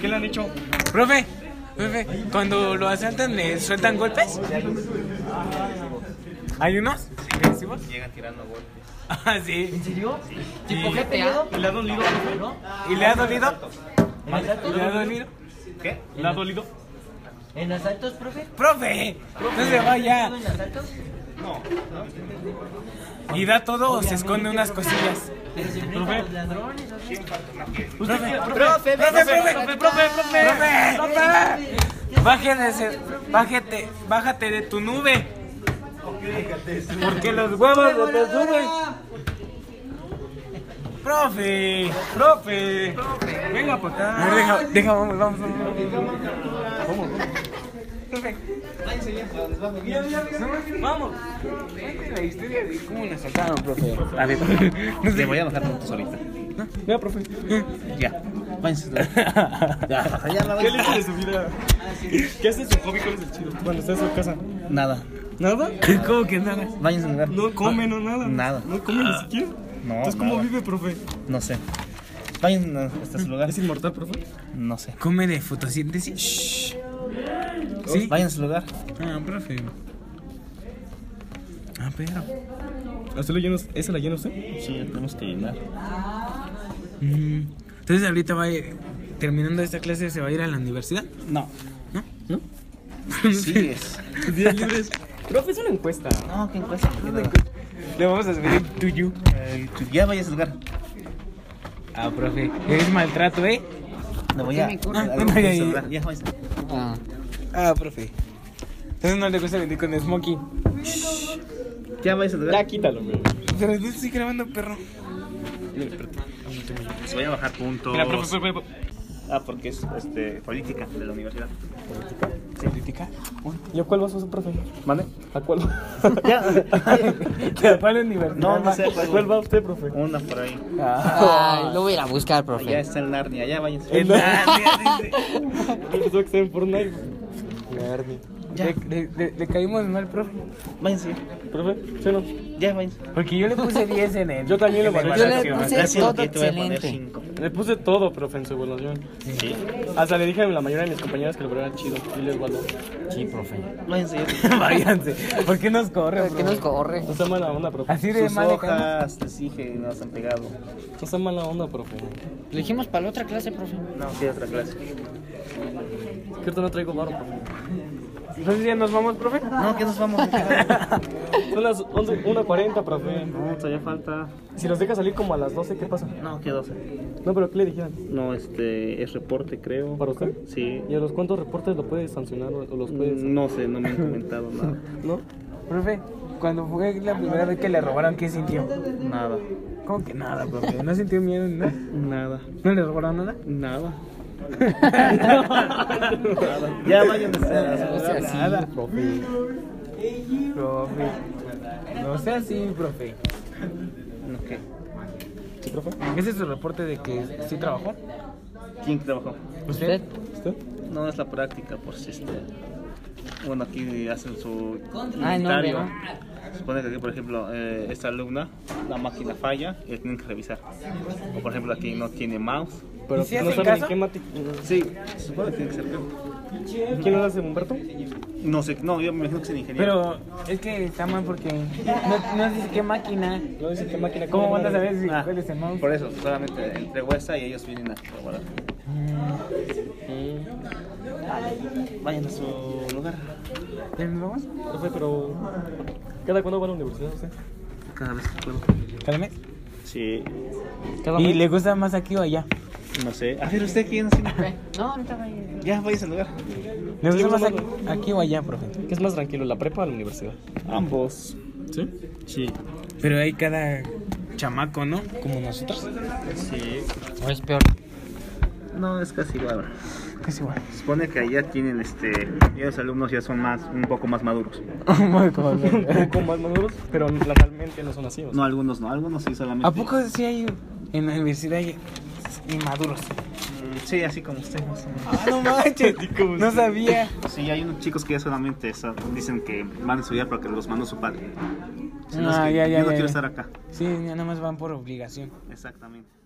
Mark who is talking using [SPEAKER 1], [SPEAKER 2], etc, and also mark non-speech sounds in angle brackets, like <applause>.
[SPEAKER 1] ¿Qué le han hecho? Profe, profe, cuando lo asaltan, ¿le sueltan golpes? ¿Hay unos? <laughs> ¿Agresivos?
[SPEAKER 2] Llegan tirando golpes.
[SPEAKER 1] Ah, sí.
[SPEAKER 3] ¿En serio?
[SPEAKER 1] Sí.
[SPEAKER 3] ¿Tipo GTA?
[SPEAKER 4] ¿Le ha dolido?
[SPEAKER 3] ¿No?
[SPEAKER 1] ¿Y le ha dolido?
[SPEAKER 3] ¿En asaltos?
[SPEAKER 1] ¿Y le ha dolido?
[SPEAKER 2] ¿Qué?
[SPEAKER 4] ¿Le ha dolido?
[SPEAKER 3] ¿En asaltos, profe?
[SPEAKER 1] ¡Profe! ¡No se vaya!
[SPEAKER 3] ¿En asaltos?
[SPEAKER 1] Y da todo o se esconde unas cosillas.
[SPEAKER 3] Pero se enfrentan los ladrones, ¿no?
[SPEAKER 4] ¿Usted qué, profe?
[SPEAKER 1] Profe, profe, profe, profe, profe, Ah, profe,
[SPEAKER 3] profe.
[SPEAKER 1] Bájate, ese- bájate, bájate de tu nube. Porque los huevos no te suben. Profe, profe, venga pues, por acá. deja, deja, vamos, vamos, vamos. Profe. pues, No, Vamos. Cuente La historia de cómo nos saltaron, profe.
[SPEAKER 2] A ver, le voy a bajar puntos ahorita.
[SPEAKER 1] Vea, profe.
[SPEAKER 2] Ya. Váyanse. Ya, ya nada.
[SPEAKER 4] ¿Qué le hizo de su vida? ¿Qué hace su hobby? ¿Cuál es el chido? Cuando está en su casa.
[SPEAKER 2] Nada.
[SPEAKER 4] ¿Nada?
[SPEAKER 1] ¿Cómo que nada?
[SPEAKER 2] Váyanse a lugar.
[SPEAKER 4] No come, no nada.
[SPEAKER 2] Nada.
[SPEAKER 4] No come ni siquiera.
[SPEAKER 2] No,
[SPEAKER 4] Entonces, ¿cómo
[SPEAKER 2] nada.
[SPEAKER 4] vive, profe?
[SPEAKER 2] No sé. Váyanse a- hasta su lugar.
[SPEAKER 4] ¿Es inmortal, profe?
[SPEAKER 2] No sé.
[SPEAKER 1] ¿Come de fotosíntesis? ¿Sí?
[SPEAKER 2] Váyanse a su lugar.
[SPEAKER 1] Ah, profe. Ah, pero.
[SPEAKER 4] ¿A usted lo llena- ¿Esa la llena usted?
[SPEAKER 2] Sí, ya tenemos que llenar.
[SPEAKER 1] Mm, Entonces ahorita va a ir, terminando esta clase, se va a ir a la universidad.
[SPEAKER 2] No.
[SPEAKER 1] ¿No? <laughs>
[SPEAKER 2] ¿No? Sigues.
[SPEAKER 4] Días libres. profe, es una encuesta.
[SPEAKER 2] No, qué encuesta.
[SPEAKER 1] Le vamos a subir un to you.
[SPEAKER 2] Eh, tú Ya váyanse a su lugar.
[SPEAKER 1] Ah, profe. Es maltrato, ¿eh?
[SPEAKER 2] Le voy a.
[SPEAKER 1] Ah,
[SPEAKER 2] a-
[SPEAKER 1] no, ya,
[SPEAKER 2] a-
[SPEAKER 1] ya,
[SPEAKER 2] a su
[SPEAKER 1] ya.
[SPEAKER 2] lugar. Ya, váyanse.
[SPEAKER 1] Ah. Ah, profe. Entonces no le gusta venir con Smokey.
[SPEAKER 2] Ya váyanse a su
[SPEAKER 4] Ya
[SPEAKER 2] lugar.
[SPEAKER 4] quítalo, hombre.
[SPEAKER 1] Pero yo estoy grabando, perro.
[SPEAKER 2] Se Pues voy a bajar puntos.
[SPEAKER 4] Mira, profe, profe, profe.
[SPEAKER 2] Ah, porque es este, política de la universidad.
[SPEAKER 1] ¿Se critica?
[SPEAKER 4] ¿Y a cuál vas a su profe?
[SPEAKER 2] ¿Mande?
[SPEAKER 4] ¿A <laughs> cuál?
[SPEAKER 2] Ya.
[SPEAKER 1] ¿Te va a la universidad?
[SPEAKER 2] No, no sé.
[SPEAKER 4] ¿A cuál va usted, profe?
[SPEAKER 2] Una por ahí.
[SPEAKER 3] Ay, lo voy a ir a buscar,
[SPEAKER 2] Allá
[SPEAKER 3] profe.
[SPEAKER 2] está el Narnia, ya váyanse.
[SPEAKER 1] En
[SPEAKER 2] <laughs>
[SPEAKER 1] Narnia, dice.
[SPEAKER 4] Pensó que está en Fortnite. Nerdy.
[SPEAKER 1] Le, le- le- le caímos mal, profe.
[SPEAKER 2] Váyanse.
[SPEAKER 4] Profe, ¿sí o no?
[SPEAKER 2] Ya váyanse.
[SPEAKER 1] Porque yo le puse 10 en él.
[SPEAKER 4] Yo también le
[SPEAKER 3] Yo le
[SPEAKER 4] evaluación.
[SPEAKER 3] puse
[SPEAKER 2] Gracias,
[SPEAKER 3] pues, todo
[SPEAKER 2] que te voy a poner
[SPEAKER 3] excelente.
[SPEAKER 2] cinco.
[SPEAKER 4] Le puse todo, profe, en su evaluación.
[SPEAKER 2] Sí.
[SPEAKER 4] Hasta le dije a la mayoría de mis compañeras que lo valoraran chido y les valoró.
[SPEAKER 1] Sí, profe.
[SPEAKER 2] Váyanse.
[SPEAKER 1] <laughs> Váyanse. ¿Por qué nos corre,
[SPEAKER 3] ¿Por qué
[SPEAKER 1] profe?
[SPEAKER 3] nos corre?
[SPEAKER 4] No está mala onda, profe.
[SPEAKER 1] Así de
[SPEAKER 2] Sus
[SPEAKER 1] mal le caemos.
[SPEAKER 2] hojas, les dije, no las han pegado.
[SPEAKER 4] No está mala onda, profe.
[SPEAKER 3] Lo dijimos para la otra clase, profe.
[SPEAKER 2] No, sí, otra clase.
[SPEAKER 4] Cierto, no traigo barro, profe.
[SPEAKER 1] Entonces ya nos vamos, profe.
[SPEAKER 2] No, que nos vamos.
[SPEAKER 4] Son las 11 1.40, profe.
[SPEAKER 2] no, todavía falta.
[SPEAKER 4] Si los deja salir como a las 12, ¿qué pasa?
[SPEAKER 2] No, que 12.
[SPEAKER 4] No, pero ¿qué le dijeron?
[SPEAKER 2] No, este, es reporte, creo.
[SPEAKER 4] ¿Para usted?
[SPEAKER 2] Sí.
[SPEAKER 4] ¿Y a los cuantos reportes lo puede sancionar o o los
[SPEAKER 1] Mm,
[SPEAKER 4] puede.?
[SPEAKER 2] No sé, no me han comentado nada.
[SPEAKER 4] ¿No?
[SPEAKER 1] Profe, cuando fue la primera vez que le robaron, ¿qué sintió?
[SPEAKER 2] Nada.
[SPEAKER 1] ¿Cómo que nada, profe? ¿No sintió miedo ni nada?
[SPEAKER 2] Nada.
[SPEAKER 1] ¿No le robaron nada?
[SPEAKER 2] Nada. Ya váyanse a su lugar.
[SPEAKER 1] nada, profe. Profe. No sea así, profe.
[SPEAKER 2] No, ¿qué?
[SPEAKER 4] ¿Sí, profe?
[SPEAKER 1] ¿Ese es su reporte de que sí trabajó?
[SPEAKER 2] ¿Quién trabajó?
[SPEAKER 3] ¿Usted?
[SPEAKER 4] ¿Usted?
[SPEAKER 2] No es la práctica, por si este. Bueno, aquí hacen su
[SPEAKER 3] Ah, el nombre,
[SPEAKER 2] inventario. Supone que aquí, por ejemplo, eh, esta alumna, la máquina falla y la tienen que revisar. O por ejemplo, aquí no tiene mouse.
[SPEAKER 4] Pero
[SPEAKER 1] ¿Y si
[SPEAKER 4] no
[SPEAKER 1] hacen
[SPEAKER 4] saben
[SPEAKER 1] caso?
[SPEAKER 4] qué mati...
[SPEAKER 2] Sí, se supone que tiene que ser. creo.
[SPEAKER 4] ¿Quién lo hace, Humberto?
[SPEAKER 2] No sé, no, yo me imagino que es el ingeniero.
[SPEAKER 1] Pero es que está mal porque no, no dice qué máquina.
[SPEAKER 4] No dice qué máquina.
[SPEAKER 1] ¿Cómo van a
[SPEAKER 4] van
[SPEAKER 1] saber si
[SPEAKER 2] Ah,
[SPEAKER 1] cuál es el mouse?
[SPEAKER 2] Por eso, solamente entre huesa y ellos vienen a colaborar. Mm, Vayan a su lugar.
[SPEAKER 1] ¿Ya nos vamos?
[SPEAKER 4] Profe, pero. ¿Cada cuándo va a la universidad usted?
[SPEAKER 2] Cada vez que puedo.
[SPEAKER 1] ¿Cada mes?
[SPEAKER 2] Sí,
[SPEAKER 4] Cada
[SPEAKER 1] ¿Y
[SPEAKER 4] mes.
[SPEAKER 1] le gusta más aquí o allá?
[SPEAKER 2] no sé. A ver, ¿usted quién
[SPEAKER 1] <laughs>
[SPEAKER 2] es?
[SPEAKER 3] No, no te vayas.
[SPEAKER 2] Ya, váyanse al lugar.
[SPEAKER 1] ¿Le gusta
[SPEAKER 4] gusta más
[SPEAKER 1] más aquí, aquí o allá, profe?
[SPEAKER 4] ¿Qué es más tranquilo, la prepa o la universidad?
[SPEAKER 2] Ambos.
[SPEAKER 4] ¿Sí?
[SPEAKER 1] <laughs>
[SPEAKER 2] Sí.
[SPEAKER 1] Pero hay cada chamaco, ¿no? Como nosotros.
[SPEAKER 2] Sí.
[SPEAKER 3] ¿O es peor?
[SPEAKER 2] No, es casi igual.
[SPEAKER 1] Es igual. <laughs>
[SPEAKER 2] Se supone que allá tienen este. Ya los alumnos ya son más, un poco más maduros.
[SPEAKER 4] Un poco más maduros, pero realmente no son así. O sea.
[SPEAKER 2] No, algunos no, algunos sí solamente.
[SPEAKER 1] ¿A poco sí hay en la universidad hay inmaduros?
[SPEAKER 2] Mm, Sí, así como usted más o menos.
[SPEAKER 1] Ah, <laughs> no manches. No sabía.
[SPEAKER 2] Sí, hay unos chicos que ya solamente son- dicen que van a estudiar porque los mandó su padre. Si no es
[SPEAKER 1] Ah,
[SPEAKER 2] que
[SPEAKER 1] ya, ya,
[SPEAKER 2] yo no
[SPEAKER 1] ya,
[SPEAKER 2] quiero
[SPEAKER 1] ya.
[SPEAKER 2] estar acá.
[SPEAKER 1] Sí, ya nada más van por obligación.
[SPEAKER 2] Exactamente.